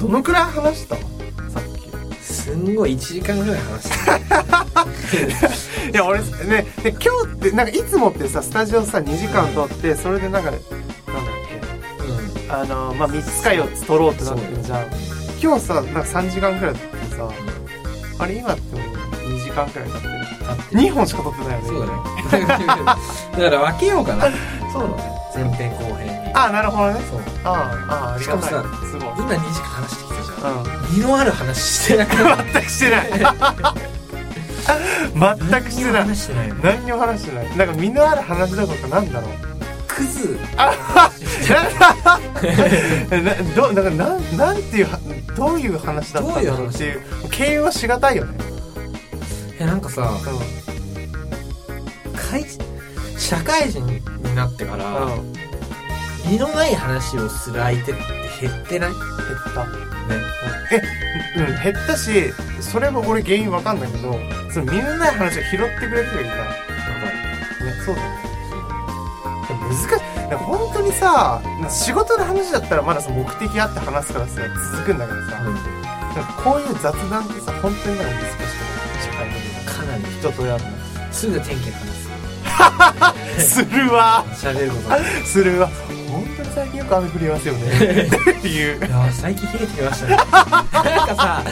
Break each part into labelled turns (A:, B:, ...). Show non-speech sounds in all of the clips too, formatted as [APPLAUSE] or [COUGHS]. A: どのくらい話したさっき
B: すんごい1時間ぐらい話して
A: [LAUGHS]
B: る
A: いや俺ねで今日ってなんかいつもってさスタジオさ2時間撮ってそれでなんかなんだっけあのまあ3つか4つ撮ろうってなってるじゃん今日さなんか3時間くらい撮ってさあれ今ってもう2時間くらい経ってる
B: うん
A: 2本しか撮ってないよね
B: そうだねだから分けようかな
A: そうだね
B: 前編後編に
A: ああなるほどね
B: そう
A: ああああありがたい
B: しかもさ
A: すごい
B: 今2時間話してきたじゃん
A: うん
B: 身のある話してなくて
A: 全くしてない [LAUGHS] 全くしてない
B: 話してないよ
A: 何にも話してないなんか身のある話どころかなんだろう
B: クズ
A: [LAUGHS] ななどなんかなんなんていうはどういう話だったんだろうっていう形容しがたいよね、
B: えなんかさ
A: うん
B: 会社会人になってから、
A: うん、減
B: 身のない話をする相手って減ってないね
A: った、うん、減ったしそれも俺原因わかんないけどその身のない話を拾ってくれる人がいいなね、そうだね難しいなんか本当にさ仕事の話だったらまだその目的あって話すからさ続くんだけどさ、
B: うん
A: なんかこういう雑談ってさ本当になんか難しくない社 [LAUGHS] 会的に
B: かなり
A: 人とやる
B: すぐ天気の話
A: のするわ
B: する喋ること [LAUGHS] がい
A: するわ本当に最近よく雨降りますよね
B: [LAUGHS]
A: っていう
B: やー最近冷えてきましたねなんかさ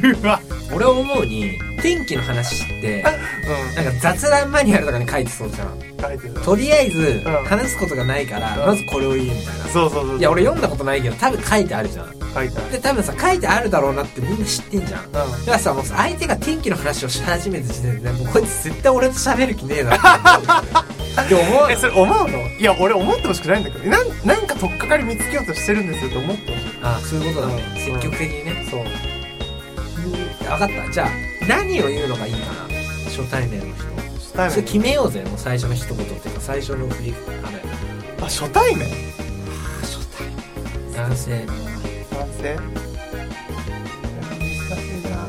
A: 言うわ
B: 俺思うに天気の話って
A: う
B: なんか雑談マニュアルとかに書いてそうじゃん
A: ん書いてる
B: とりあえず
A: うん
B: 話すことがないから、
A: うん
B: まずこれを言うみたいな、
A: そうそうそう
B: いや俺読んだことないけど多分書いてあるじゃん
A: 書いてある
B: で多分さ書いてあるだろうなってみんな知ってんじゃん
A: うん
B: だからさもうさ相手が天気の話をし始めた時点でねもうこいつ絶対俺と喋る気ねえなって思う [LAUGHS]
A: えそれ思うのいや俺思ってほしくないんだけどなんなんか取っかかり見つけようとしてるんですよって思ってほしい
B: あそういうことだね、
A: うん
B: 積極的にね
A: そう
B: 分かったじゃあ何を言うのがいいかな初対面の人
A: 初対
B: それ
A: 面
B: 決めようぜもう最初の一言っていうか最初の振りあれ
A: あ初対面
B: 初対面男性
A: 男性難しいな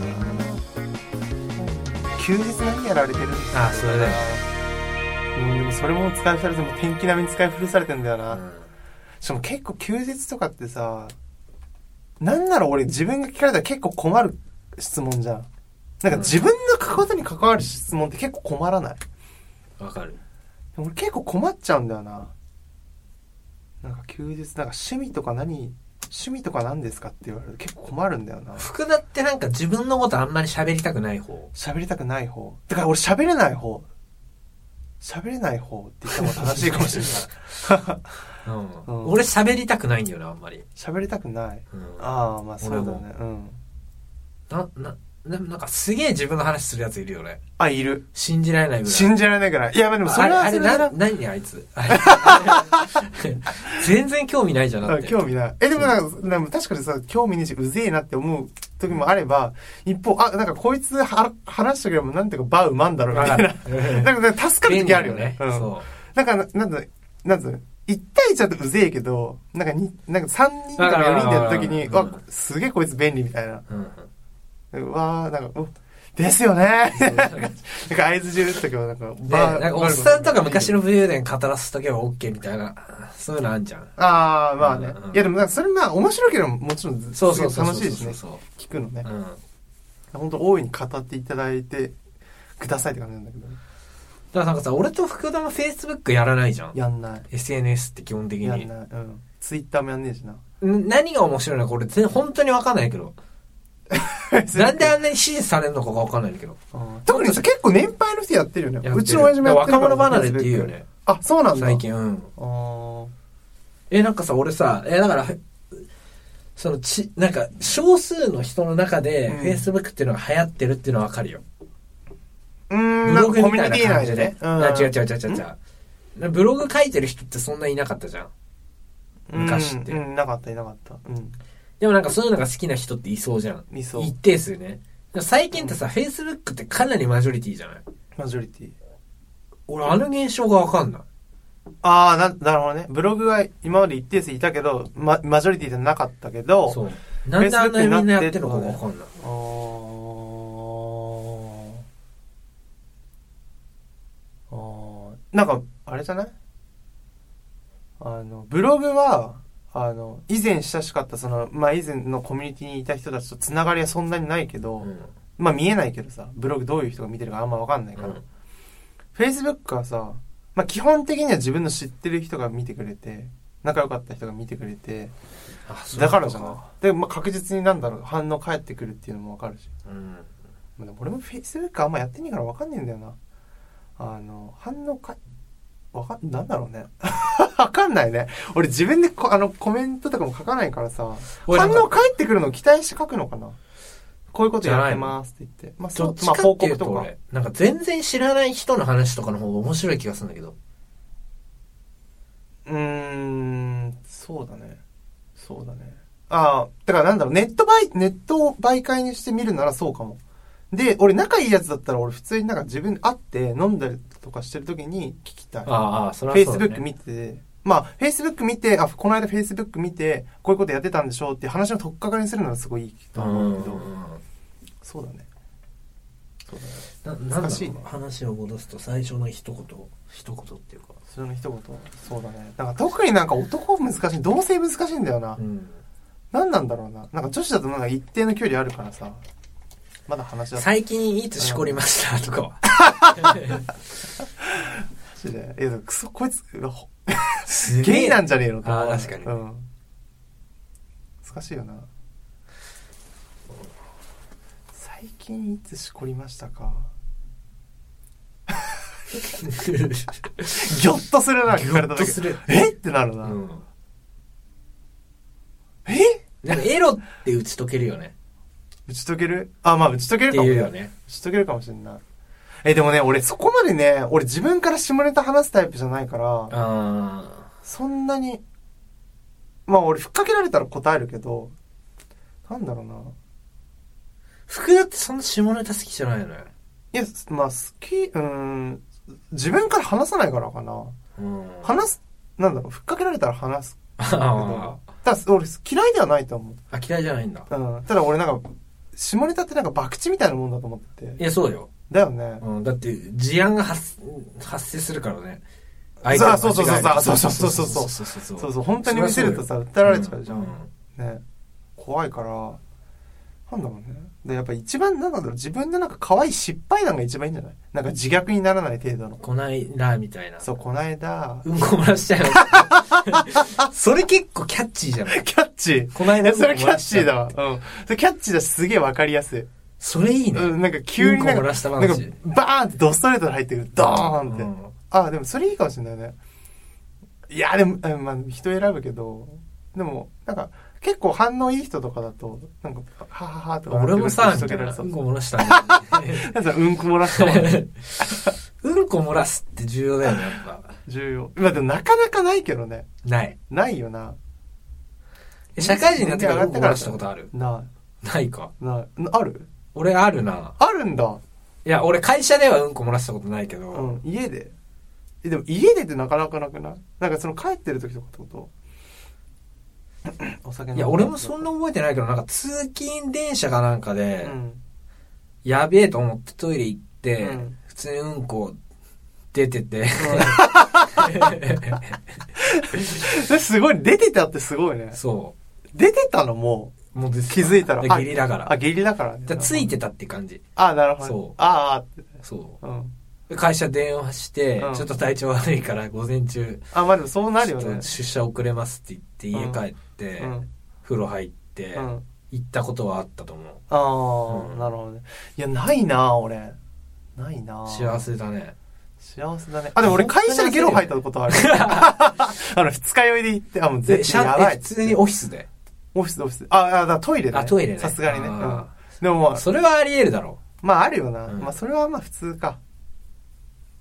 A: 休日何やられてるんですか
B: あそれだよ
A: うんでもそれも使いされても天気並みに使い古されてんだよな、しかも結構休日とかってさ、なんなら俺自分が聞かれたら結構困る質問じゃん。なんか自分のことに関わる質問って結構困らない。
B: わかる
A: 俺結構困っちゃうんだよな。なんか休日、なんか趣味とか何、趣味とか何ですかって言われると結構困るんだよな。
B: 福田ってなんか自分のことあんまり喋りたくない方
A: 喋りたくない方。だから俺喋れない方。喋れない方って言った方が正しいかもしれない。
B: うん、
A: うん
B: 俺喋りたくないんだよなあんまり、
A: 喋りたくない。
B: うん、
A: ああ、まあそうだね。うん。
B: ななでもなんかすげえ自分の話するやついるよね
A: あ、いる。
B: 信じられないぐらい
A: 信じられないからい。いや、まあでもそれは
B: あ
A: そ
B: れ
A: れ
B: あれ
A: でな
B: な何あいつあれ
A: [LAUGHS]
B: 全然興味ないじゃんな
A: あ
B: って
A: 興味ない。え、でもなんか、なんか確かにさ、興味ねえし、うぜえなって思う時もあれば、一方、あ、なんかこいつは話してくればなんていうか、バーうまんだろ、みたいな。なんか、助かる時あるよね。
B: 便利だ
A: うん
B: そ
A: なんか、なんだ、なんだ、一対一だとうぜえけど、なんかに、なんか三人とか四人でやった時に、
B: わかるわかる
A: わ、すげえこいつ便利みたいな。
B: う、うん、
A: うわー、なんか、おですよね [LAUGHS] なんか、合図中打つ時は、なんか、
B: でなんかおっさんとか昔の武勇伝語らすときは OK みたいなそういうのあんじゃん
A: ああ、まあね。
B: うんうん
A: いや、でもなんか、それまあ、面白ければもちろん、す
B: そう
A: げ
B: そう
A: え
B: そう
A: 楽
B: そう
A: しいですね。
B: そう
A: 聞くのね
B: そう。うん
A: 本当大いに語っていただいてくださいって感じなんだけど
B: だからなんかさ俺と福田も Facebook やらないじゃん
A: やんない
B: SNS って基本的
A: やん
B: に
A: ないうんツイッターもやんねえしな
B: ん何が面白いのか俺全本当に分かんないけど [LAUGHS] なんであんなに支持されるのかが分かんないけど
A: [LAUGHS] うん特にさ結構年配の人やってるよね
B: やってる
A: うちの親父もやってるから
B: だから若者離れって言うよね
A: あそうなんだ
B: 最近うん
A: あー
B: えなんかさ俺さえだからそのちなんか少数の人の中で
A: うん
B: Facebook っていうのが流行ってるっていうのは分かるよ、
A: うーん
B: ブ
A: なん
B: ロ
A: か
B: グ
A: コ
B: み
A: ミュ
B: た
A: ニ
B: いな
A: ティ
B: 感
A: 内
B: じ
A: で
B: で
A: ね。
B: あ違う違う違う違う違う。ブログ書いてる人ってそんなにいなかったじゃん。
A: うん
B: 昔って
A: うんなかったいなかったうん
B: でもなんかそういうのが好きな人っていそうじゃん。
A: いそう
B: 一定数ね。でも最近ってさ、Facebook ってかなりマジョリティじゃない
A: マジョリティ
B: 俺あの現象がわかんない。
A: ああななるほどねブログは今まで一定数いたけど、ま、マジョリティじゃなかったけど
B: そう。なんであんなにみんなやってるのか
A: に
B: が
A: な
B: わ
A: っ
B: か
A: て
B: んない。
A: あーあーなんかあれじゃないあのブログはあの、以前親しかった、その、まあ、以前のコミュニティにいた人たちとつながりはそんなにないけど、まあ見えないけどさ、ブログどういう人が見てるかあんまわかんないから。
B: うん
A: Facebook はさ、まあ基本的には自分の知ってる人が見てくれて、仲良かった人が見てくれて、だからじゃない。で、まあ確実になんだろう、反応返ってくるっていうのもわかるし。
B: い、うん、
A: まあでも俺も Facebook あんまやってねえからわかんねえんだよな。あの、反応か、わかん、なんだろうね。 [LAUGHS] わかんないね。俺自分でこあのコメントとかも書かないからさ、
B: 俺な
A: 反
B: んか
A: 応返ってくるのを期待して書くのかな。こういうことやってますって言って。まあ
B: どっち
A: ま
B: か
A: あ
B: っ
A: 報
B: てい
A: 告
B: うと
A: とか。
B: 俺なんか全然知らない人の話とかの方が面白い気がするんだけど
A: うーん、そうだね。そうだね。ああ、だからなんだろう、ネット媒、ネットを媒介にして見るならそうかも。で、俺仲いいやつだったら俺普通になんか自分で会って飲んだりとかしてる時に聞きたい。
B: ああそれはそうだ、ね、
A: Facebook 見て、まあ、Facebook 見て、あ、この間 Facebook 見て、こういうことやってたんでしょうっていう話の取っかかりにするのはすごいいいと
B: う
A: 思うん
B: ん
A: だけど、そうだね。そうだね。
B: ななんだろ
A: 難しいうね
B: 話を戻すと最初の一言一言っていうか、
A: それの一言、そうだね。なんか特になんか男難しい、同性難しいんだよな。
B: うん、
A: 何なんだろうな。なんか女子だとなんか一定の距離あるからさ、まだ話だった
B: 最近いつしこりましたとかは
A: しで。いや、クソ、こいつ、ほ
B: すげえ
A: ゲイなんじゃねえのと思う
B: あー確かに
A: うん。難しいよな。最近いつしこりましたか。ギョッとするな、聞かれ
B: ギョッと
A: た時
B: する。
A: えってなるな。
B: うん、
A: え
B: なんかエロって打ち解けるよね
A: 打ち解けるあ、まあ打ち解け
B: っ
A: る
B: て
A: かも
B: い
A: ね
B: うよね
A: 打ち解けるかもしれない。え、でもね、俺そこまでね、俺自分から下ネタ話すタイプじゃないから、
B: あ
A: そんなに、まあ俺、ふっかけられたら答えるけど、なんだろうな。
B: あ福田ってそんな下ネタ好きじゃないのよ、
A: いや、すまあ好き、うーん、自分から話さないからかな。
B: うん、
A: 話す、なんだろう、ふっかけられたら話すけ
B: あ
A: ど、ただ俺嫌いではないと思
B: ーあ嫌いじゃないんだ
A: う。うん、ただ俺なんか、下ネタってなんか博打みたいなもんだと思って
B: い
A: て。
B: やそうよ
A: だよね。
B: うん、だって事案が発発生するからね
A: そうそうそうそうそうそうそうそう
B: そうそうそう
A: そうそう、本当に見せるとさ、訴えられちゃうじゃん。ね。怖いから、なんだろうね。で、やっぱ一番なんだろう、自分でなんか可愛い失敗談が一番いいんじゃないなんか自虐にならない程度の。
B: こないだみたいな
A: そう、こないだ、
B: うんこ漏らしちゃう
A: [LAUGHS]
B: それ結構キャッチーじゃない
A: キャッチー。
B: こない
A: い
B: だ
A: や、
B: うん
A: そ
B: こ
A: れキ
B: 漏
A: ャッ
B: らし
A: チ
B: ちゃ
A: ー
B: う
A: だわ。うん。それキャッチーだし、すげえわかりやすい。
B: それいいね、
A: うん、なんか急になん
B: うんこ漏
A: から
B: した、
A: なんか
B: 話
A: バーンってドストレートで入ってくる。ドーンって。
B: うん
A: あ、でもそれいいかもしれないね。いや、でも、あまあ、人選ぶけど、でも、なんか、結構反応いい人とかだと、なんか、はははとか。
B: 俺もさ
A: 打ち
B: みた
A: 解け
B: い
A: られ
B: な
A: そううん
B: こ漏らしたみたい
A: なんかうんこ漏ら [LAUGHS] したもんね。
B: なうんこ漏らすって重要だよねやっぱ
A: 重要。まあでもなかなかないけどね。
B: ない
A: ないよな。
B: え社会人になってからうんこ漏らしたことある
A: な
B: ないか
A: い。ない。なある
B: 俺あるな
A: あるんだ。
B: いや俺会社ではうんこ漏らしたことないけど、
A: うん。家で。え、でも家でってなかなかなくないなんかその帰ってる時とかって
B: [COUGHS]
A: ことお酒
B: い
A: 飲んで
B: や、俺もそんな覚えてないけど、なんか通勤電車かなんか
A: う
B: で、
A: ん。
B: やべえと思ってトイレ行って、
A: うん
B: 普通にうんこ出てて、
A: え [LAUGHS] すごい、出てたってすごいね。
B: [LAUGHS] そ
A: 出てたのも
B: う。もう
A: 気づいたら
B: 下
A: あ
B: 痢だか
A: う、
B: ら。
A: あ、下痢だからね。
B: じゃあついてたって感じ。
A: あ、なるほど。
B: そう
A: あーあーって。
B: そ
A: うん。
B: う。会社電話して、
A: うん
B: ちょっと体調悪いから午前中、
A: あ、まあでもそうなる
B: ちょ
A: よ
B: っ
A: ね
B: と。出社遅れますって言って
A: うん
B: 家帰って、
A: うん。
B: 風呂入って、
A: うん。
B: 行ったことはあったと思う。
A: ああ、
B: うん
A: なるほどね。いや、ないな、俺。ないな。
B: 幸。せだね。
A: 幸せだね。あ、でも俺会社でゲロ吐いたことある。 [LAUGHS] あの、二日酔いで行って、あ、もう
B: で、
A: 絶
B: シ
A: 対や
B: ャ
A: ば
B: え
A: い。
B: 普通にオフィスで。
A: オフィス、オフィス。あ、あ、だからトイレね。
B: あ、トイレね。
A: さすがにね。
B: あ
A: う
B: ー
A: ん。でもまあ、
B: それはあり得るだろ
A: まああるよな。
B: うん。
A: まあそれはまあ普通か。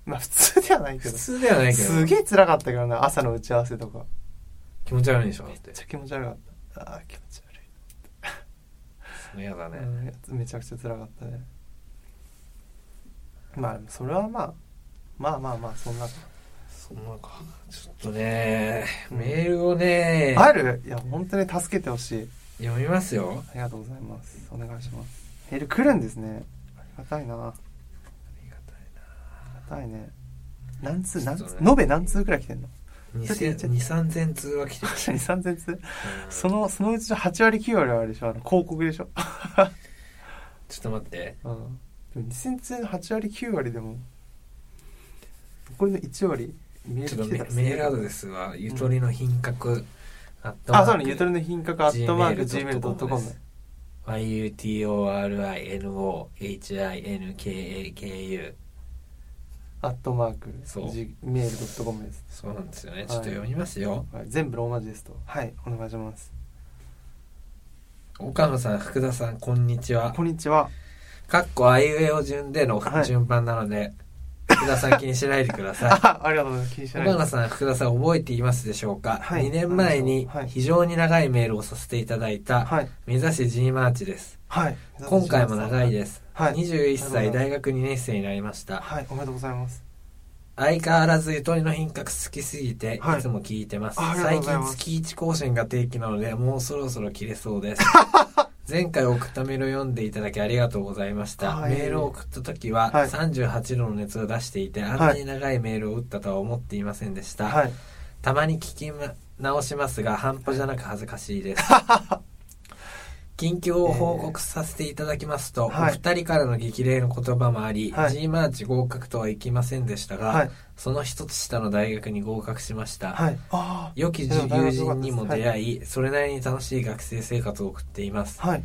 A: まあ普通ではないうけ
B: 普
A: ど。
B: 通ではないけど。
A: すげえ辛かったけどな、朝の打ち合わせとか。
B: 気持ち悪いでしょだっ
A: め
B: て
A: っ。ちゃ気持ち悪かった。ああ、気持ち悪い。
B: 嫌だね。
A: うんめちゃくちゃ辛かったねまあそれはまあまあまあまあそんな、
B: そんなか。ちょっとね、メールをね、
A: あるいや本当に助けてほしい
B: 読みますよ。
A: ありがとうございますお願いしますメール来るんですねありがたいなありがたいね何通
B: ちょっ
A: 何
B: とね
A: 通延べ何通くらい来てんのちょっと言っちゃっ
B: 2000通は来てる
A: 確かに3000通 [LAUGHS] そのそのうちの8割9割はあれでしょあの広告でしょ、
B: ちょっと待って
A: うん、でも2000通の8割9割でも残りの1割メ
B: ち
A: ー
B: ょ
A: ル
B: っ
A: 来
B: とメ
A: てたら
B: メールアドレスはゆとりの品格アットマー
A: あ
B: ク
A: そうねゆとりの品格アットマーク
B: gmail.com
A: Gmail.com
B: です yutorinohinkaku
A: アットマーク
B: そう
A: Gmail.com です
B: そうなんですよ
A: は
B: ね
A: い
B: ちょっと読みますよ、
A: はい全部ローマ字ですとはいお願いします
B: 岡野さん福田さんこんにちは
A: こんにちは
B: かっこあいうえお順での
A: はい
B: 順番なので、福田さん気にしないでくだ
A: [LAUGHS]
B: さい
A: [LAUGHS] あありがとうございます気にしない
B: 岡野さん福田さん覚えていますでしょうか、
A: はい
B: 2年前に
A: はい
B: 非常に長いメールをさせていただいた
A: はい
B: 目指し G マーチです
A: はい
B: 今回も長いです、
A: はい
B: 21歳大学2年生になりました
A: はいおめでとうございます
B: 相変わらずゆとりの品格好きすぎて、
A: はい
B: い、つも聞いてます
A: あありがとう
B: 最
A: ございま
B: 近
A: す
B: 月1更新が定期なのでもうそろそろ切れそう
A: [LAUGHS]
B: です前回送ったメールを読んでいただきありがとうございました、
A: はい
B: メールを送った時は
A: はい
B: 38度の熱を出していて、あんなに長いメールを打ったとは思っていませんでした、
A: はい
B: たまに聞きま直しますが半端じゃなく恥ずかしいです近況を報告させていただきますと、
A: はい
B: お二人からの激励の言葉もあり、
A: はい
B: G マーチ合格とはいきませんでしたが、
A: はい
B: その一つ下の大学に合格しました、
A: はいあ
B: 良き友人にも出会い、それなりに楽しい学生生活を送っています
A: あはい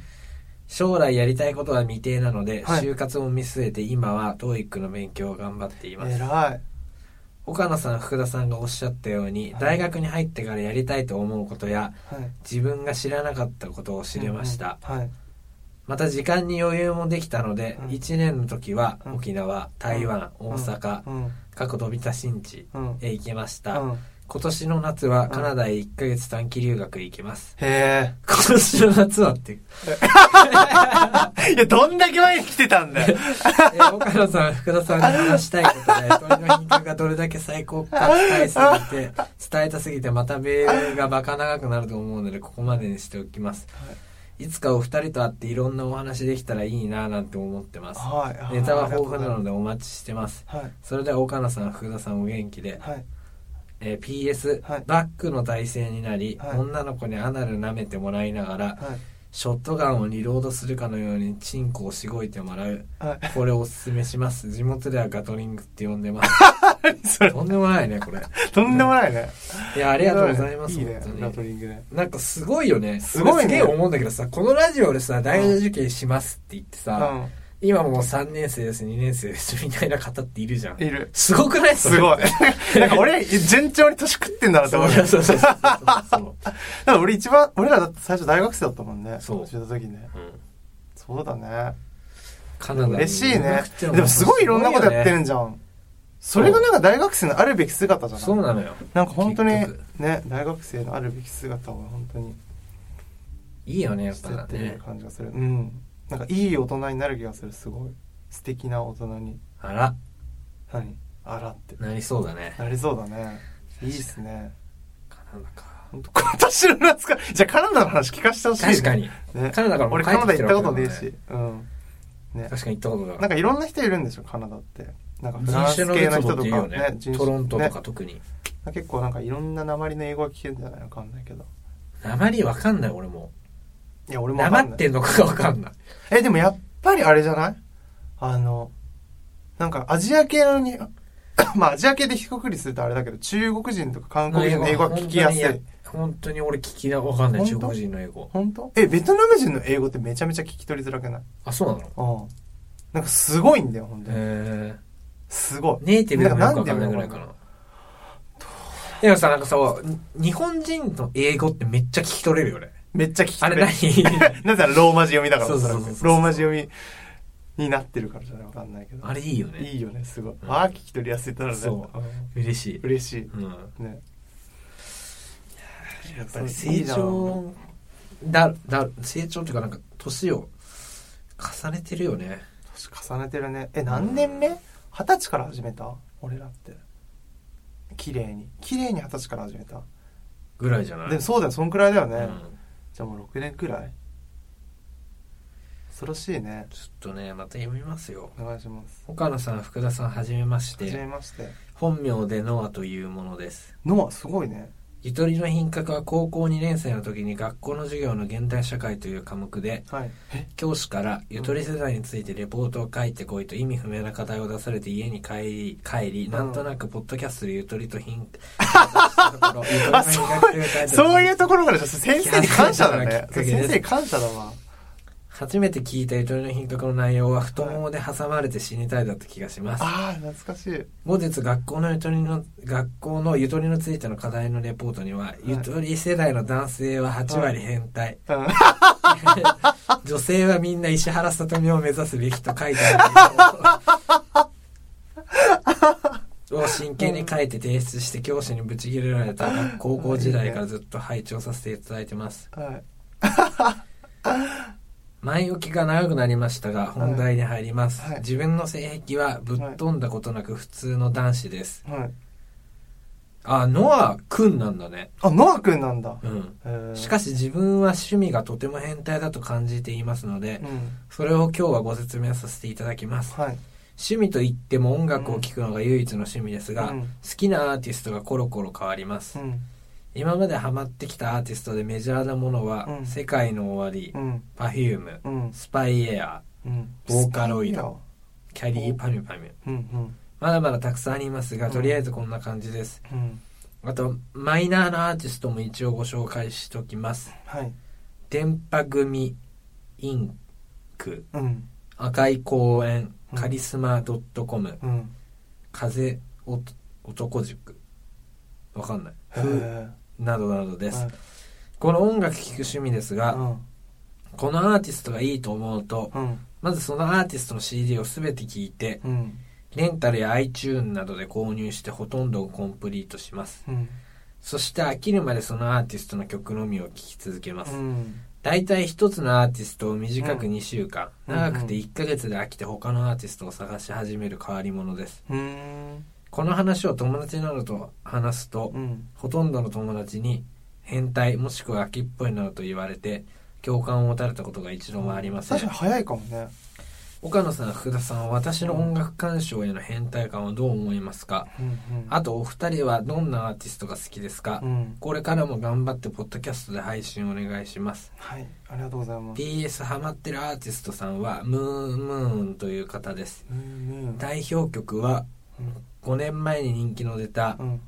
B: 将来やりたいことは未定なので、
A: はい
B: 就活も見据えて今は TOEIC の勉強を頑張っています、
A: 偉い
B: 岡野さん福田さんがおっしゃったように、
A: はい
B: 大学に入ってからやりたいと思うことや
A: はい
B: 自分が知らなかったことを知れました、
A: うんうんはい
B: また時間に余裕もできたので、
A: うん
B: 1年の時は
A: うん
B: 沖縄台湾、大阪、
A: うん
B: 過去飛び出新地
A: うんうん
B: へ行きました、
A: へ
B: 今年の夏はカナダへ1ヶ月短期留学へ行きます、
A: え
B: 今年の夏は
A: [LAUGHS]
B: って
A: いや、どんだけ前に来てたんだよ。
B: えー岡野さん、福田さんに話したいことで、鳥の品格がどれだけ最高か伝えすぎ
A: [LAUGHS]
B: て、伝えたすぎて、またメールがバカ長くなると思うので、ここまでにしておきます。いつかお二人と会っていろんなお話できたらいいなぁなんて思ってます。
A: はい
B: ネタは豊富なのでお待ちしてます。
A: はい。
B: それでは岡野さん、福田さんお元気で。
A: はい。
B: えー PS、
A: はい
B: バックの体勢になり、
A: はい
B: 女の子にアナル舐めてもらいながら、
A: はい。
B: ショットガンをリロードするかのようにチンコをしごいてもらう。
A: はい。
B: これおすすめします地元ではガトリングって呼んでます
A: [LAUGHS] それ、
B: とんでもないねこれ
A: とんでもないね。
B: いやありがとうございます
A: いいね、ラ
B: 本
A: ト
B: 当に
A: リングね。
B: なんかすごいよね
A: すご
B: 俺
A: いね
B: すげえ思うんだけどさこのラジオでさ大学受験しますって言って
A: う
B: さ、今もう3年生です2年生ですみたいな方っているじゃん
A: ん。いる。
B: すごくない
A: す
B: [LAUGHS]
A: ごい。なんか俺、順調に年食ってんだなって
B: そ
A: 思
B: う
A: う。
B: そうそうそうそう
A: だから俺一番、俺らだって最初大学生だったもんね。
B: そう
A: 知った時ね。
B: うん
A: そうだね。
B: カナダに
A: 嬉しい
B: 留
A: ね
B: 学って。の
A: でもすごいいろんなことやってる
B: す
A: んじゃん。それがなんか大学生のあるべき姿じ
B: ご
A: ゃ
B: いよね
A: な
B: そう
A: い
B: なのよ
A: なんか本当に
B: 結局
A: ね、大学生のあるべき姿を本当に
B: いいよねやっ
A: して
B: ぱ
A: っ
B: だ
A: ていう
B: ね
A: 感じがする、うんなんかいい大人になる気がするすごい素敵な大人に
B: あら
A: 何あらって
B: なりそうだね
A: なりそうだねいいっすね
B: カナダか
A: 本当今年の夏かじゃあカナダの話聞かせてほしい、ね、
B: 確かに
A: ね
B: カナダからもう
A: 俺
B: 帰
A: カナ
B: って
A: ダ
B: きて
A: 行っ
B: る
A: た
B: わけだ
A: こと
B: もん
A: ね
B: ね
A: えし、うんね
B: 確かに行ったこと
A: な
B: が
A: んかいろんな人いるんでしょカナダってなんかフラン
B: 人
A: ス
B: 種の
A: 系の
B: 別
A: 人
B: も
A: と
B: って
A: か
B: いうよね
A: 人種
B: トロントとか
A: ね
B: 特に
A: 結構なんかいろんな鉛の英語が聞けるんじゃないのわかんないけど
B: なまりわかんない俺も
A: いや俺も
B: な
A: わ
B: ま
A: かん
B: っ
A: ない
B: てんのかがわかんない
A: えでもやっぱりあれじゃないあのなんかアジア系のに [COUGHS] まあアジア系で低くくりするとあれだけど中国人とか韓国人の英語は聞きやすい
B: 本当に本当に俺聞きなわかんない
A: 本
B: 中
A: 当
B: 国人の英語
A: 本当えベトナム人の英語ってめちゃめちゃ聞き取りづらくない
B: あそうなの
A: うんなんかすごいんだよ本当に
B: へえ
A: すごい
B: ネイティブでもよくわかんないぐらいかなでもさなんかさ日本人の英語ってめっちゃ聞き取れるよね
A: めっちゃ聞き
B: あ
A: 取
B: れ
A: れる
B: 何
A: [LAUGHS] なぜならローマ字読みだから
B: そうそうそうそう
A: おそらくローマ字読みになってるからじゃないわかんないけ
B: [LAUGHS]
A: ど
B: あれいいよね
A: いいよねすごい、
B: ん
A: ああ聞き取りやすいだろうね
B: そ
A: うん
B: 嬉しい
A: 嬉しい
B: うん
A: ねやっ
B: やっぱり成長だだ成長っていうかなんか年を重ねてるよね
A: 年重ねてるねえ何年目二十歳から始めた俺らって綺麗に綺麗に二十歳から始めた、
B: ぐらいじゃない
A: でもそうだよそんくらいだよね、
B: うん
A: じゃあもう6年くらい恐ろしいね
B: ちょっとねまた読みますよ
A: お願いします
B: 岡野さん福田さんはじめまし
A: はじめ
B: て
A: まして
B: 本名でノアというものです
A: のはすごいね
B: ゆとりの品格は高校2年生の時に学校の授業の現代社会という科目で
A: はいえ
B: 教師からゆとり世代についてレポートを書いてこいと意味不明な課題を出されて家に帰り帰りなんとなくポッドキャストでゆとりと品格
A: あそうそういうところからじゃ先生に感謝だ
B: いや
A: ね
B: そう
A: 先
B: いうところからきっかけです
A: 生に感謝だわ
B: 初めて聞いたゆとりの品格の内容は太ももで挟まれて死にたいだった気がします
A: ああ懐かしい
B: 後日学校のゆとりの学校のゆとりについての課題のレポートには、ゆとり世代の男性は8割変態、
A: うん
B: [LAUGHS] 女性はみんな石原さとみを目指すべきと書いてあるを真剣に書いて提出して教師にブチギレられた高校時代からずっと拝聴させていただいてます
A: はい
B: 前置きが長くなりましたが本題に入ります、
A: はい
B: 自分の性癖はぶっ飛んだことなく普通の男子です、
A: はい
B: あノアくんなんだね
A: あノア君なんだ
B: うん
A: へー
B: しかし自分は趣味がとても変態だと感じていますので
A: うん
B: それを今日はご説明させていただきます
A: はい
B: 趣味といっても音楽を聴くのが唯一の趣味ですが、
A: うん
B: 好きなアーティストがコロコロ変わります、
A: うん
B: 今までハマってきたアーティストでメジャーなものは、
A: うん
B: 世界の終わり、
A: うん
B: パフューム、
A: うん
B: スパイエア
A: うん
B: ボーカロイドキャリーパミュパミュ
A: うんうん
B: まだまだたくさんありますが
A: うん
B: とりあえずこんな感じです、
A: うん
B: あとマイナーなアーティストも一応ご紹介しときます
A: はい
B: 電波組インク
A: うん
B: 赤い公園
A: うん
B: カリスマ .com、
A: うん
B: 風おと男塾わかんない
A: へー
B: などなどです、
A: はい
B: この音楽聴く趣味ですが、
A: うん
B: このアーティストがいいと思うと
A: うん
B: まずそのアーティストの CD を全て聴いて
A: うん
B: レンタルや iTune などで購入してほとんどをコンプリートします
A: うん
B: そして飽きるまでそのアーティストの曲のみを聴き続けます、
A: うん
B: 大体一つのアーティストを短く2週間、
A: うん
B: 長くて1ヶ月で飽きて他のアーティストを探し始める変わり者です
A: うーん
B: この話を友達などと話すと、
A: うん
B: ほとんどの友達に変態もしくは飽きっぽいなどと言われて共感を持たれたことが一度もありません、
A: 確かに早いかもね
B: 岡野さん福田さんは私の音楽鑑賞への変態感をどう思いますか
A: うんうん
B: あとお二人はどんなアーティストが好きですか、
A: うん
B: これからも頑張ってポッドキャストで配信お願いします
A: はいありがとうございます
B: PS ハマってるアーティストさんはムーンムーンという方です
A: うんうん
B: 代表曲は5年前に人気の出た
A: うん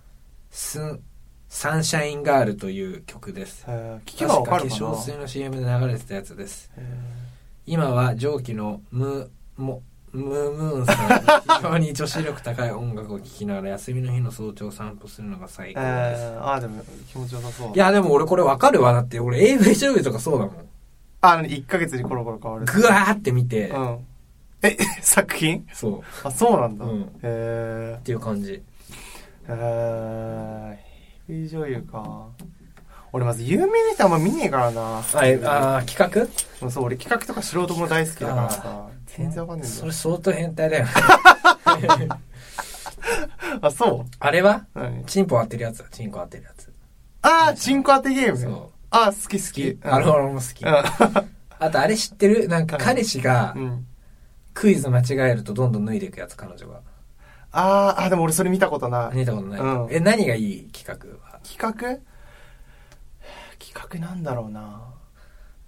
B: スンサンシャインガールという曲です
A: へー聞けばわかるか
B: 確化
A: な
B: 粧水の CM で流れてたやつです
A: へー
B: 今は上記のムーモムームーンさんの非常に女子力高い音楽を聴きながら休みの日の早朝散歩するのが最
A: え
B: 高です、
A: ーあーでも気持ちよさそう
B: いやでも俺これわかるわだって俺 AV 女優とかそうだもん
A: あの1ヶ月にコロコロ変わる
B: グワーって見て、
A: うんえ [LAUGHS] 作品
B: そう
A: あそうなんだ
B: うん
A: へえ
B: っていう感じ
A: えー、いい女優か。俺まず有名な人あんま見ねえからな。
B: あえあー企画
A: もうそう、俺企画とか素人も大好きだからさ。全然わかんねえ
B: そ
A: ん
B: れ
A: だ。
B: 相当変態だ
A: [LAUGHS]
B: よ
A: あ、そう
B: あれは
A: 何
B: チンポ当てるやつチンコ当てるやつ
A: あー、チンコ当てゲーム。
B: そう
A: あー、好き好
B: 好
A: き。
B: き
A: うん
B: あの俺も好きあとあれ知ってるなんか彼氏が
A: [LAUGHS] うん。うん
B: クイズ間違えるとどんどん脱いでいくやつ彼女が
A: あー、あ、でも俺それ見たことない。
B: 見たことない、
A: うん
B: え何がいい企画は
A: 企画企画なんだろうな。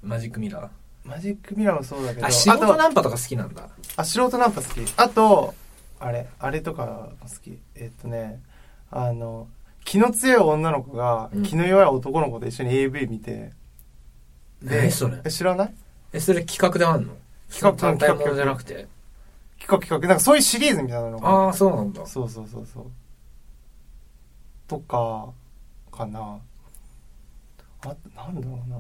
B: マジックミラ
A: マジックミラーもそうだけ
B: ー
A: ど。
B: あ仕事
A: あと、
B: ナンパとか好きなんだ
A: あ、素人ナンパ好き。あと、あれ、あれとかも好き。えっとね、あの、気の強い女の子が
B: うん
A: 気の弱い男の子と一緒に AV 見て、
B: 何それ
A: え知らない
B: えそれ企画であんの
A: 企画
B: 単体ものじゃなくて
A: 企画企画。なんかそういうシリーズみたいなのが。
B: ああそう
A: [LAUGHS]
B: なんだ
A: そうそうそうそう。とか、かな。あ、なんだろうな。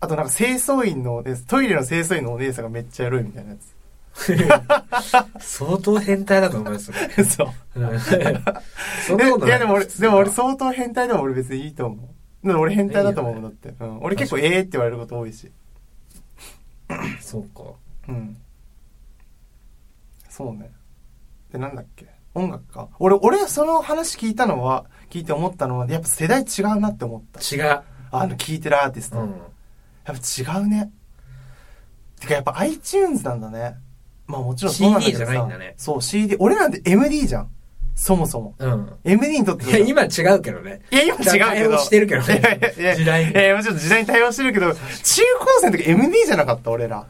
A: あとなんか清掃員のお姉さん、トイレの清掃員のお姉さんがめっちゃエロいみたいなや
B: 相当変態だと思いますそ
A: [LAUGHS]
B: れ
A: つ。 [LAUGHS] そう。
B: うんそんなことな
A: えいやでも俺、でも俺相当変態でも俺別にいいと思う。でも俺変態だと思う
B: いい
A: ん
B: よ
A: だって。うん。俺結構ええって言われること多いし。
B: そうか
A: うん。そうね。で、なんだっけ音楽か。俺、俺、その話聞いたのは、聞いて思ったのは、やっぱ世代違うなって思った。
B: 違う
A: あの、聞いてるアーティスト。
B: うん
A: やっぱ違うね。てかやっぱ iTunes なんだね。まあもちろんそうなんだけどさ
B: CD じゃないんだね
A: そう、CD。俺なんて MD じゃん。そもそも。
B: うん。
A: MD にとって
B: いや、今違うけどね。
A: いや、今違うけど。
B: 対応してるけどね
A: いやいやいや
B: 時代に
A: いや、もちろん時代に対応してるけど、中高生の時 MD じゃなかった、俺ら。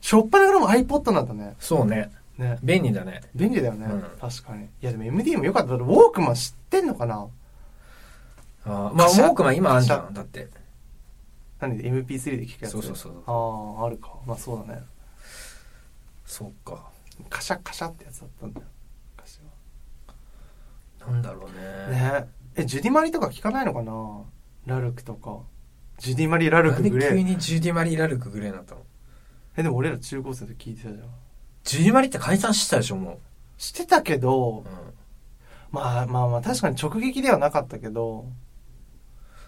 A: しょっぱなからも iPod なんだね。
B: そうね。
A: ね。
B: 便利だね。
A: 便利だよね。
B: うん
A: 確かに。いや、でも MD も良かった。ウォークマン知ってんのかな
B: あーまあ、ウ
A: カシャ
B: ォークマン今あんじゃ
A: カシ
B: ん。だって。
A: 何で MP3 で聞くやつ。
B: そうそうそう
A: ああ、あるか。まあそうだね。
B: そうか。
A: カシャカシャってやつだったんだよ。昔は
B: なんだろうね。
A: ねえジュディマリとか聞かないのかなラルクとかジュディマリラル
B: な
A: ク
B: んで
A: グレ
B: 急
A: ー
B: にジュディ・マリー・ラルク・グレーになったの
A: えでも俺ら中高生で聞いてたじゃん
B: ジュディ・マリーって解散してたでしょ、も
A: してたけ
B: う。
A: ど
B: うん、
A: まあまあまあ確かに直撃ではなかったけど、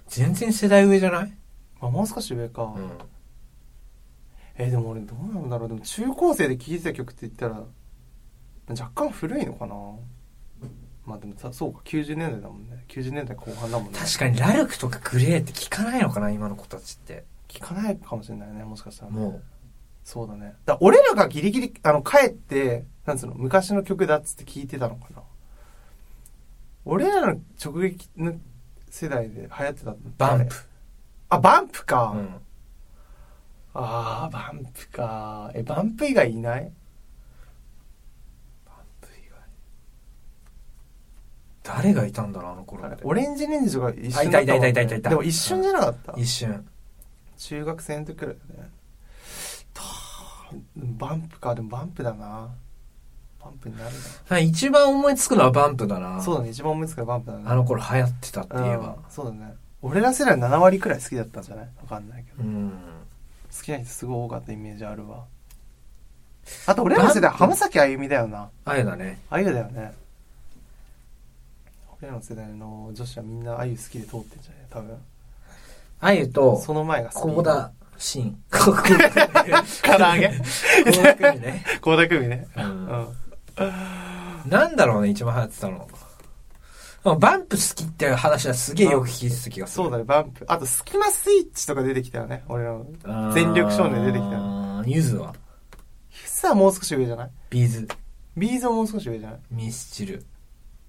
B: 全然世代上じゃない
A: まあ、もう少し上か、
B: うん。
A: えでも俺どうなんだろうでも中高生で聴いてた曲って言ったら若干古いのかなまあでもさそうか90年代だもんね90年代後半だもんね
B: 確かにラルクとかグレーって聞かないのかな今の子たちって
A: 聞かないかもしれないねもしかしたらね
B: も
A: そうだね。だ俺らがギリギリ、あの、帰って、なんつうの、昔の曲だっつって聞いてたのかな。俺らの直撃の世代で流行ってたの
B: うバン
A: 誰
B: プ、
A: あ、バンプ
B: う
A: か。
B: ん、
A: ああ、バンプか。え、バンプ以外いないバンプ以
B: 誰がいたんだろうあの頃
A: 外。あ
B: っ
A: れ
B: て
A: オレンジレンジとか一
B: あ
A: 瞬
B: いたいた
A: だったもん、ね。
B: いたいたいた
A: でも一瞬じゃなかった。
B: 一瞬
A: 中学生の時くらいだね。とバンプか。でもバンプだな。バンプになる
B: まあ一番思いつくのはバンプだな
A: な。そうだね。一番思いつくのはバンプだね。
B: あの頃流行ってたって言えば
A: うんそうだね俺ら世代7割くらい好きだったんじゃないわかんないけど
B: うん、
A: 好きな人すごい多かったイメージあるわあと俺らの世代浜崎あゆみだよな
B: あれだね
A: あゆだよね俺らの世代の女子はみんなあゆ好きで通ってんじゃない多分
B: あゆと
A: その前が好
B: こ
A: き
B: こだシーンここだ
A: [LAUGHS] 唐揚げ
B: 組ね、
A: 倖田來未ね
B: う、
A: うんん
B: なんだろうね一番流行ってたのでもバンプ好きっていう話はすげえよく聞いてた気がする
A: そうだねバンプあとスキマスイッチとか出てきたよね俺らの
B: あー
A: 全力少年出てきた
B: ゆずは
A: ヒスはもう少し上じゃない
B: ビーズ
A: ビーズはもう少し上じゃない
B: ミスチル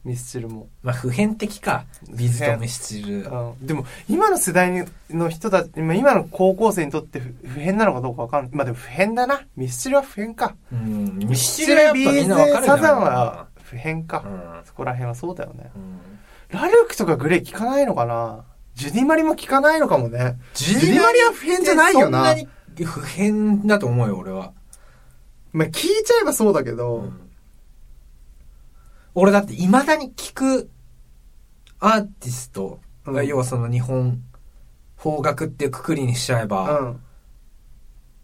A: ミスチルも
B: まあ普遍的か。ビズとミスチル。
A: うんでも今の世代の人たち今今の高校生にとって不不変なのかどうかわかんないまあでも不変だなミスチルは不変か
B: うん。ミスチ
A: ミ
B: ルはやっぱ
A: ビー
B: みん
A: ズ
B: なわかるんじ
A: サ
B: ゃない
A: ザン
B: か
A: は不変か、
B: な。
A: そこら辺はそうだよね
B: うん。
A: ラルクとかグレー聞かないのかなジュディマリも聞かないのかもね
B: ジ
A: ュディマリは不変じゃないよな
B: そんなに不変だと思うよ、俺は。
A: まあ聞いちゃえばそうだけど、
B: うん俺だって未だに聞くアーティスト、
A: うん
B: 要はその日本邦楽っていうくくりにしちゃえ
A: う
B: ば、
A: ん、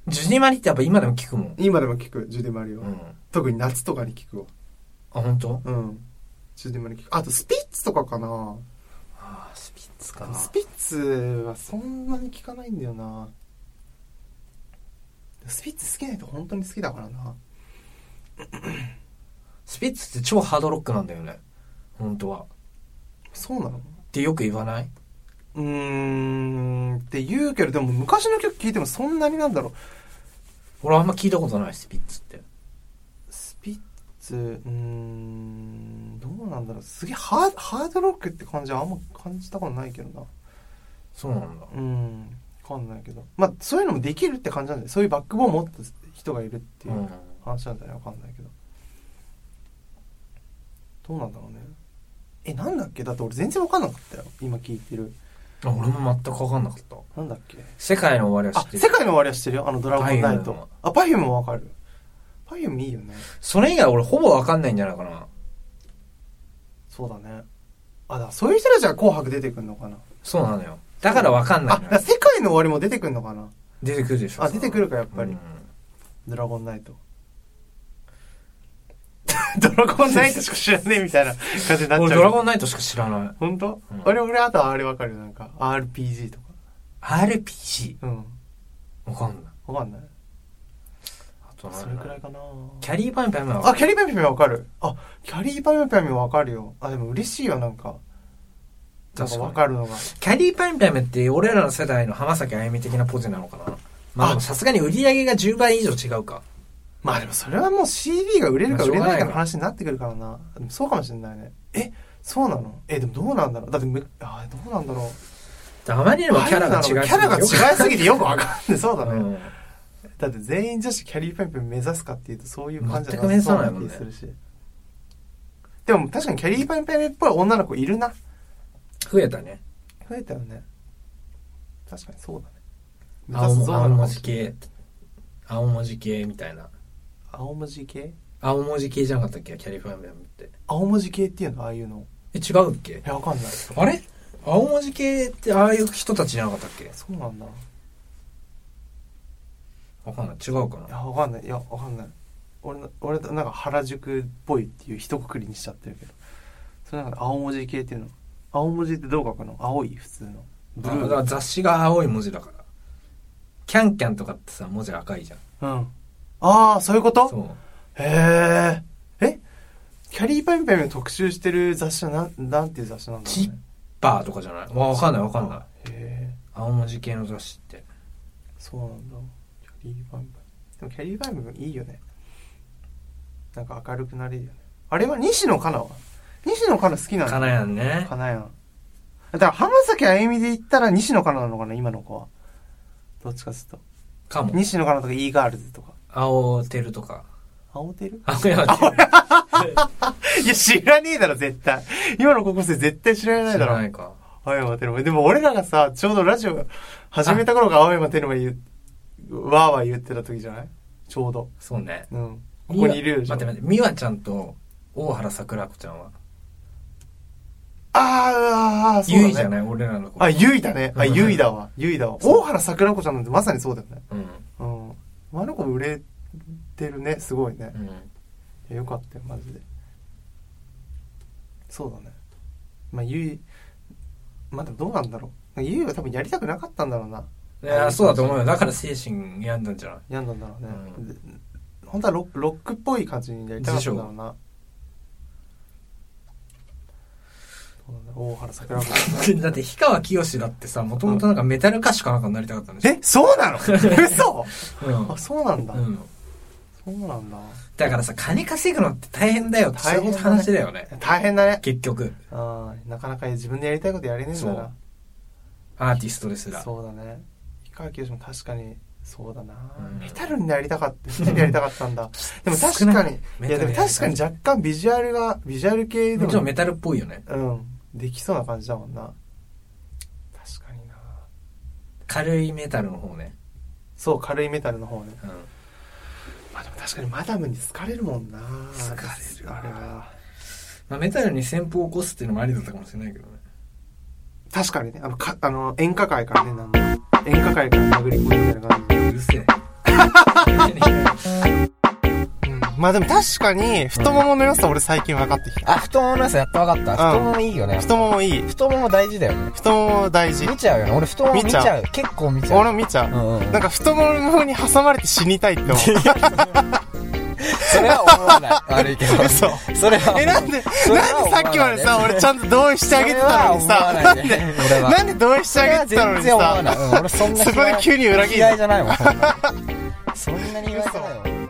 B: ジュディマリってやっぱ今でも聞くもん。
A: 今でも聞くジュディマリは、
B: うん。
A: 特に夏とかに聞くわ
B: あ、本当？
A: うんジュディマリ聞くあとスピッツとかかな
B: あースピッツかな。
A: スピッツはそんなに聞かないんだよなスピッツ好きな人本当に好きだからな
B: スピッツって超ハードロックなんだよね。本当は。
A: そうなの
B: ってよく言わないう
A: ーんって言うけどでも昔の曲聴いてもそんなになんだろう
B: 俺あんま聞いたことないスピッツって
A: スピッツうーんどうなんだろうすげえハーハードロックって感じはあんま感じたことないけどな
B: そうなんだ
A: うんわかんないけどまあそういうのもできるって感じなんだよそういうバックボーン持った人がいるっていう、
B: うん
A: 話なんじゃないわかんないけどどうなんだろうねえなんだっけだって俺全然わかんなかったよ今聞いてる
B: あ俺も全く分かんなかった
A: なんだっけ
B: 世界の終わりは
A: あ
B: 知ってる
A: 世界の終わりは知ってるよあのドラゴンナイ
B: Perfume
A: ト
B: は
A: あパフュームもわかるパフュームいいよね
B: それ以外俺ほぼ分かんないんじゃないかな
A: そうだねあだからそういう人たちが紅白出てくんのかな
B: そうなのよだから分かんな
A: あ
B: い
A: だ
B: の
A: から
B: よ
A: 世界の終わりも出てくんのかな
B: 出てくるでしょ
A: あ出てくるかやっぱり
B: うん
A: ドラゴンナイト [LAUGHS] ドラゴンナイトしか知らねえみたいな感じになっちゃう
B: 俺ドラゴンナイトしか知らない
A: 本当、
B: うん
A: 俺俺あとはあれわかるよなんか RPG とか
B: RPG
A: うん
B: 分かんない
A: わかんない
B: あと
A: そ
B: 何
A: れ
B: だ
A: く
B: ろ
A: ら
B: う
A: いかな
B: キャリーパンパンは
A: あ、キャリーパミュパミュわかる。あ、キャリーパミュパミュわかるよ。あ、でも嬉しいよ、なんか。なん
B: 確
A: か
B: かに
A: わかるのが。
B: キャリーパンパンって俺らの世代の浜崎あゆみ的なポジなのかなまあ
A: あ
B: でもさすがに売り上げが10倍以上違うか。
A: まあでもそれはもう CD が売れるか売れないかの
B: まあ
A: 話になってくるからな。でもそうかもしれないね。え、そうなのえ、でもどうなんだろうだってむ、あーどうなんだろう
B: あまりにもキャラが違いすぎて
A: キャラが違いすぎてよくわかんない。そうだね。
B: うん
A: だって全員女子キャリーパンプ目指すかっていうとそういう感じ
B: 全く目指さないもんね
A: 気がするし。でも確かにキャリーパンプっぽい女の子いるな。
B: 増えたね。
A: 増えたよね。確かにそうだね。目指
B: 青
A: す
B: も
A: ぞ
B: 青文字系。青文字系みたいな。
A: 青文字系
B: 青文字系じゃなかったっけキャリーファンベムって。
A: 青文字系っていうのああいうの。
B: え、違うっけ
A: いや、わかんない。
B: あれ青文字系ってああいう人たちじゃなかったっけ
A: そうなんだ。
B: わかんない。違うか
A: い
B: な。
A: や、わかんない。いや、わかんない。俺の、俺のなんか原宿っぽいっていう一括りにしちゃってるけど。それなんか青文字系っていうの。青文字ってどう書くの青い普通の。ブル
B: あだから
A: ー。
B: 雑誌が青い文字だから。キャンキャンとかってさ、文字赤いじゃん。
A: うん。ああ、そういうこと
B: そう。
A: へえ。えキャリーパンパンが特集してる雑誌はなん、なんていう雑誌なんだろう
B: キッ
A: ね。
B: バーとかじゃないわわかんないわかんない。
A: へえ。
B: 青文字系の雑誌って。
A: そうなんだ。キャリーパンパン。でもキャリーパンパンいいよね。なんか明るくなれるよね。あれは西野カナは西野カナ好きなの
B: かなやんね。
A: かなやん。だから浜崎あゆみで言ったら西野カナなのかな、今の子は。どっちかする
B: か
A: と。
B: も。
A: 西野カナとか e ガールズとか。
B: 青てるとか。
A: 青てる
B: 青やてる。
A: いや、知らねえだろ、絶対。今の高校生絶対知らない
B: 知
A: だ
B: ら
A: ろ。
B: ないか。
A: 青山テルマ。でも俺らがさ、ちょうどラジオ始めた頃が青山テルマ言う、わーわー言ってた時じゃないちょうど。
B: そうね。
A: うん。ここにいるよ、
B: 待って待って、美和ちゃんと大原桜子ちゃんは。
A: あー、あー、そうだ、ね。
B: ゆいじゃない俺らの子。
A: あ、ゆいだね。あ、
B: うん
A: ゆいだわ。ゆいだわ。
B: そう
A: 大原桜子ちゃんなんてまさにそうだよね。
B: うん。
A: うん。あの子売れてるね。すごいね
B: う。ん。
A: いやよかったよ、マジで。そうだね。まあ、ゆい、まあでもどうなんだろう。ゆいは多分やりたくなかったんだろうな。
B: いや、そうだと思うよ。だから精神病んだんじゃない [LAUGHS]
A: 病んだんだろうね、
B: うん
A: で本当はロックロックっぽい感じにやりたかったんだろうなそうだね大原桜子
B: だって、氷川きよしだってさ、もともとなんかメタル歌手かなんかになりたかったんでしょ
A: えそ
B: [LAUGHS]
A: うなの嘘あ
B: う
A: そうなんだ、
B: ん。うん。
A: そうなんだ
B: だからさ、金稼ぐのって大変だよって、そういうこと
A: 大変だね
B: 話だよね。
A: 大変だね
B: 結局、
A: あーなかなか自分でやりたいことやれねえんだな
B: アーティストですら。
A: そうだね氷川きよしも確かにそうだな、
B: うん
A: メタルになりたかったメタルにやりたかったん
B: [LAUGHS]
A: だでも確
B: 少
A: か
B: ない
A: に
B: メ
A: い
B: タ
A: や
B: ル
A: でも確かに若干ビジュアルがビジュアル系で
B: も
A: も
B: ちろんメタルっぽいよね。
A: うんできそうな感じだもんな確かにな
B: 軽いメタルの方ね。
A: そう軽いメタルの方ね
B: うん。
A: まあでも確かにマダムに好かれるもんな
B: 好かれる
A: あれは
B: まあ、メタルに旋風を起こすっていうのもありだったかもしれないけどね。
A: 確かにねあのかあの演歌界からねなんだ演歌界から殴り込みみたいな感じ
B: うるせえ。
A: うんまあでも確かに太ももの良さ俺最近分かってきた、
C: [LAUGHS] あ、太ももの良さやっと分かった。
A: うん
C: 太ももいいよね。
A: 太ももいい
C: 太もも大事だよね。
A: 太もも大事
C: 見ちゃうよね。俺太もも見ち
A: 見ちゃ
C: ゃう。結構見ちゃう。
A: 俺も見ちゃう、
C: うんうんうん
A: なんか太ももに挟まれて死にたいって思う [LAUGHS]
C: それは思わない。悪いけ [LAUGHS] ど。
A: 嘘
C: それは思わない。
A: [LAUGHS] えなんで
C: それは
A: なんでさっきまでさ
C: 思わないね
A: 俺ちゃんと同意してあげてたのにさ
C: それは思わ
A: な
C: ない
A: ん
C: ね
A: で
C: 俺は
A: なんで同意してあげてたのに
C: それは全然思わない。
A: さ
C: うん、俺そんな
A: そこで急に裏切る [LAUGHS]
C: 嫌いじゃないもん。そんなに嫌いじゃないもん。